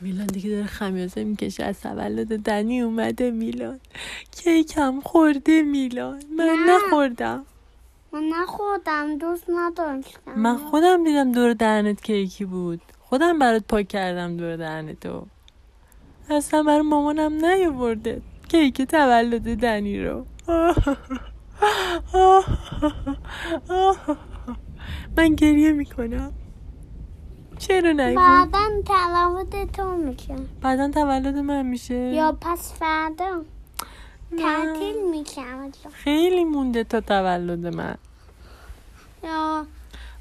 میلان دیگه داره خمیازه میکشه از تولد دنی اومده میلان کیکم خورده میلان من نه. نخوردم من نخوردم دوست نداشتم من خودم دیدم دور دهنت کیکی بود خودم برات پاک کردم دور دهنتو اصلا برای مامانم نیاورده کیک تولد دنی رو من گریه میکنم چرا نیومد بعدا تلاوت تو میشه بعدا تولد من میشه یا پس فردا تعطیل میشم خیلی مونده تا تولد من یا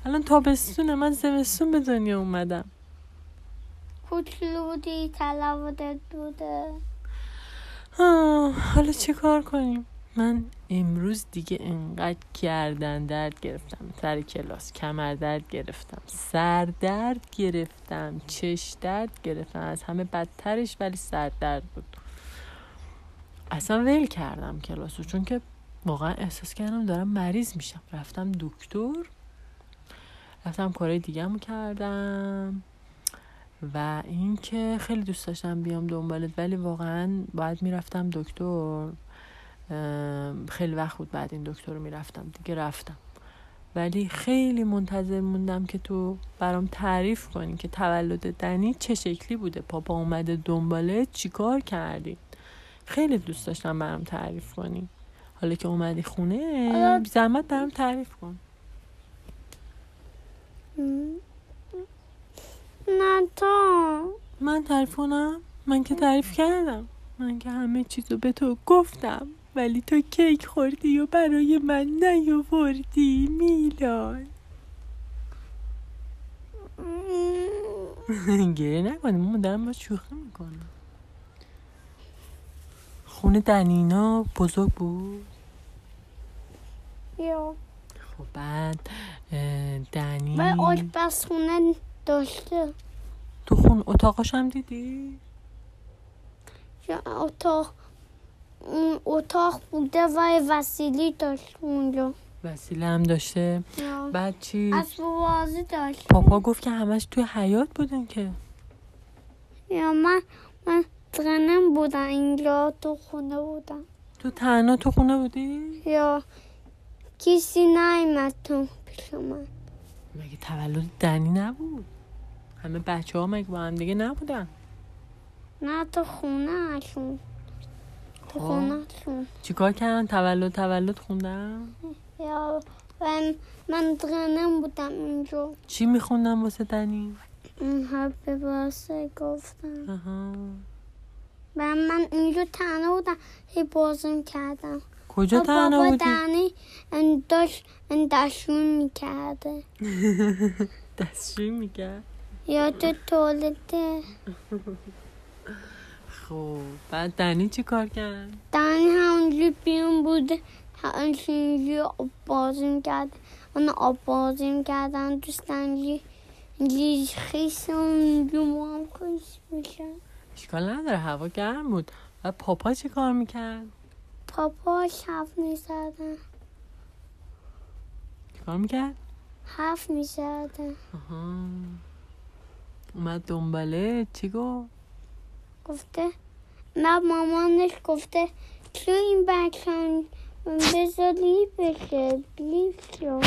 الان تابستونه من زمستون به دنیا اومدم کوچولو بودی تلاوتت بوده آه، حالا چه کار کنیم من امروز دیگه انقدر گردن درد گرفتم سر کلاس کمر درد گرفتم سر درد گرفتم چش درد گرفتم از همه بدترش ولی سر درد بود اصلا ول کردم کلاس رو چون که واقعا احساس کردم دارم مریض میشم رفتم دکتر رفتم کارهای دیگه کردم و اینکه خیلی دوست داشتم بیام دنبالت ولی واقعا باید میرفتم دکتر ام، خیلی وقت بود بعد این دکتر رو میرفتم دیگه رفتم ولی خیلی منتظر موندم که تو برام تعریف کنی که تولد دنی چه شکلی بوده پاپا اومده دنبالت چیکار کردی خیلی دوست داشتم برام تعریف کنی حالا که اومدی خونه آره. زحمت برام تعریف کن نه تو من تعریف کنم من که تعریف کردم من که همه چیزو به تو گفتم ولی تو کیک خوردی و برای من نیاوردی میلان گریه نکنیم من دارم با شوخی میکنم خونه دنینا بزرگ بود یا خب بعد اه، دنی من آشپزخونه داشته تو خون اتاقاش هم دیدی؟ یا اتاق اون اتاق بوده و وسیلی داشت اونجا وسیله هم داشته یا بعد چی؟ اسب بازی داشت پاپا گفت که همش توی حیات بودن که یا من من ترنم بودم اینجا تو خونه بودم تو تنها تو خونه بودی؟ یا کسی نیمد تو پیش من مگه تولد دنی نبود همه بچه ها مگه با هم دیگه نبودن نه تو خونه اشون تو خب. خونه اشون چیکار کردن تولد تولد خوندم یا من, من ترنم بودم اینجا چی میخوندم واسه دنی اون حرف بازی گفتم آها. و من اینجا تنها بودم هی بازم کردم کجا و خب، بابا تنها بودی دنی ان داشت ان دشون میکرده دستشویی میگه یا تو توالته خب بعد دنی چیکار کرد دنی همونجا بیرون بوده همونجا اینجا آب بازی میکرد اون آب بازی میکردن دوست اینجا اینجا خیس اونجا ما هم خیس میشه اشکال نداره هوا گرم بود و پاپا چیکار میکرد پاپا حرف میزدن چیکار میکرد حرف میزدن آها. اومد دنباله چی گفت گفته نه مامانش گفته تو این بچه بذار لیب بشه لیب شو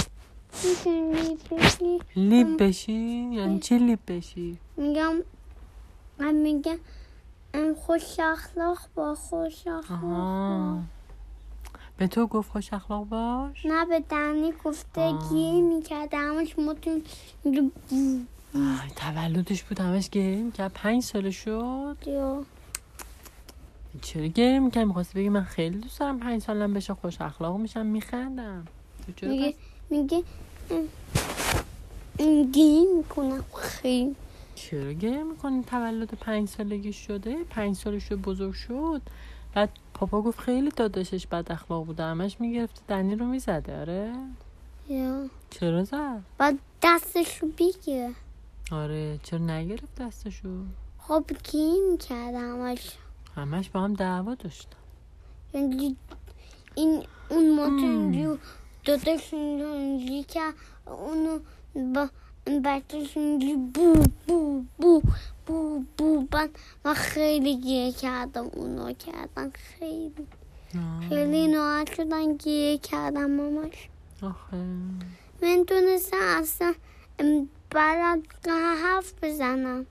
می‌تونی لیب بشی؟ لیب بشی یعنی چی لیب بشی میگم من میگم ام خوش اخلاق با خوش اخلاق آها. باش. به تو گفت خوش اخلاق باش نه به دنی گفته آه. گیر میکرد همش متون آی، تولدش بود همش گریه میکرد پنج سال شد چرا گریه میکرد میخواستی بگی من خیلی دوست دارم پنج سالم بشه خوش اخلاق میشم میخندم تو چرا میگه پس- میگه ام، ام، گیر میکنم خیلی چرا گریه میکنی تولد پنج سالگی شده پنج سالش شد بزرگ شد بعد پاپا گفت خیلی داداشش بد اخلاق بوده همش میگرفته دنی رو میزده آره یا چرا زد بعد دستش رو بگیره آره چرا نگرفت دستشو خب گیر میکرد همش همش با هم دعوا داشتن اینجوری- این اون مم. متون رو داداش اونجوری کرد اونو با بچهشونجی بو بو بو بو بو من, من خیلی گیه کردم اونو کردن خیلی Hmm. خیلی ناراحت شدن گیه کردم ماماش آخه من تونستم اصلا برات حرف بزنم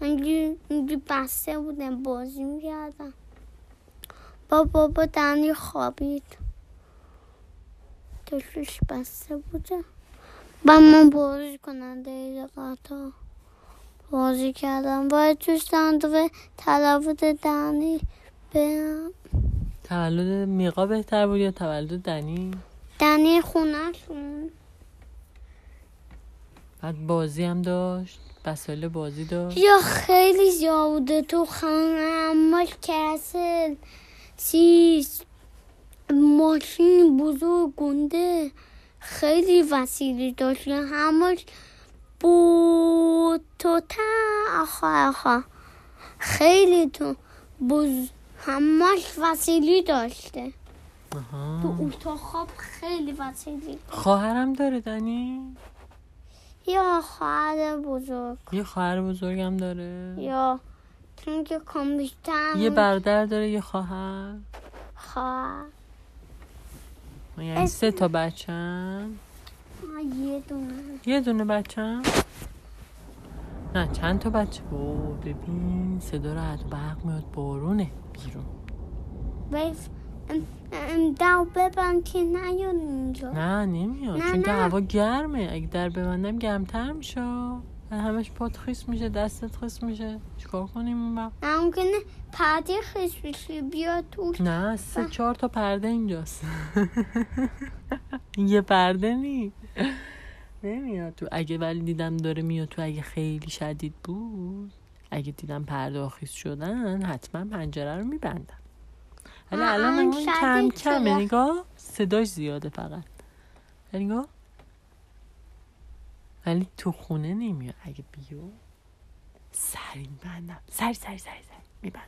اینجوری اینجوری بسته بودم بازی میکردم با بابا دنی خوابید دستش بسته بوده با من بازی کننده قطع بازی کردم باید توش صندوق تلفت دنی برم تولد میقا بهتر بود یا تولد دنی دنی خونهشون بعد بازی هم داشت وسایل بازی داشت یا خیلی زیاد بوده تو خانه اما کسل چیز ماشین بزرگ گنده خیلی وسیله داشت همش بود تو تا آخا آخا خیلی تو بز... همش وسیله داشته تو آها. اتاق خواب خیلی وسیله خواهرم داره دنی یا خواهر بزرگ یه خواهر بزرگم داره یا چون که کامپیوتر یه برادر داره یه خواهر خواهر یعنی سه تا بچم آه، یه دونه یه دونه بچم نه چند تا بچه بود ببین صدا رو و برق میاد بارونه بیرون ویف ام- ام، دو ببن که نیاد اینجا نه نمیاد نه، چون که نه. هوا گرمه اگه در ببندم گرمتر میشه بعد همش پات خیس میشه دستت خیس میشه چیکار کنیم اون وقت نه، ممکنه پرده خیس بشه بیا تو نه سه آه. چهار تا پرده اینجاست یه پرده نی نمیاد تو اگه ولی دیدم داره میاد تو اگه خیلی شدید بود اگه دیدم پرده آخیز شدن حتما پنجره رو میبندم ولی آه، الان آن اون کم شدید کمه شده. نگاه صداش زیاده فقط ولی نگاه ولی تو خونه نمیاد اگه بیو سری میبندم سری سری سری سری میبندم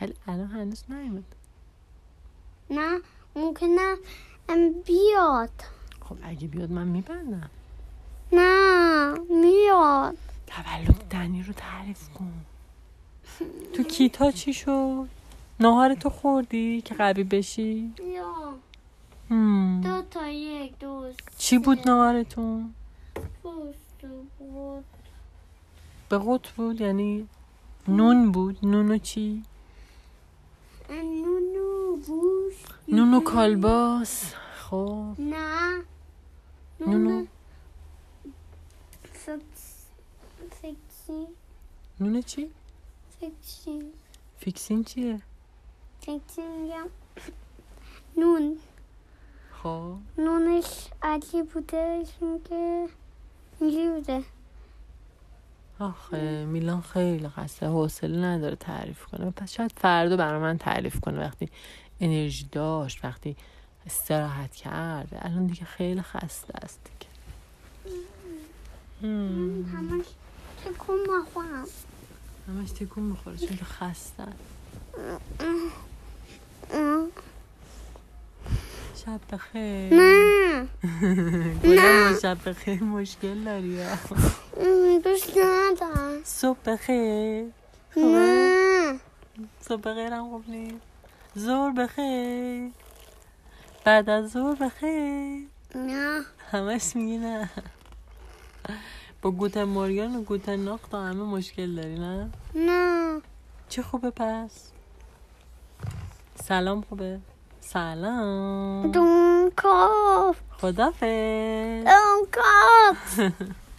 ولی الان هنوز نیومد نه ممکنه ام، بیاد خب اگه بیاد من میبندم نه میاد تولد دنی رو تعریف کن تو کیتا چی شد؟ ناهار تو خوردی که قوی بشی؟ یا هم. دو تا یک دو چی بود ناهارتون؟ پست بود به قط بود یعنی نون بود نون و چی؟ ام، نونو بوش نون و کالباس خب نه نونو فکس فکسی نون چی؟ فکسی فیکسین چیه؟ فکسی میگم نون خب نونش علی بوده چون که اینجوری بوده آخه میلان خیلی خسته حوصله نداره تعریف کنه پس شاید فردا برای من تعریف کنه وقتی انرژی داشت وقتی استراحت کرد الان دیگه خیلی خسته است دیگه هم. همش تکون مخورم همش تکون میخوره چون که خسته است. شب بخیر نه گلم شب بخیر مشکل داری ها. ام، دوست ندارم صبح بخیر نه صبح بخیر هم خوب نیست زور بخیر بعد از زور بخیر نه همش میگی نه با گوتن مورگان و گوتن ناخت همه مشکل داری نه نه چه خوبه پس سلام خوبه سلام دونکاف خدافز دونکاف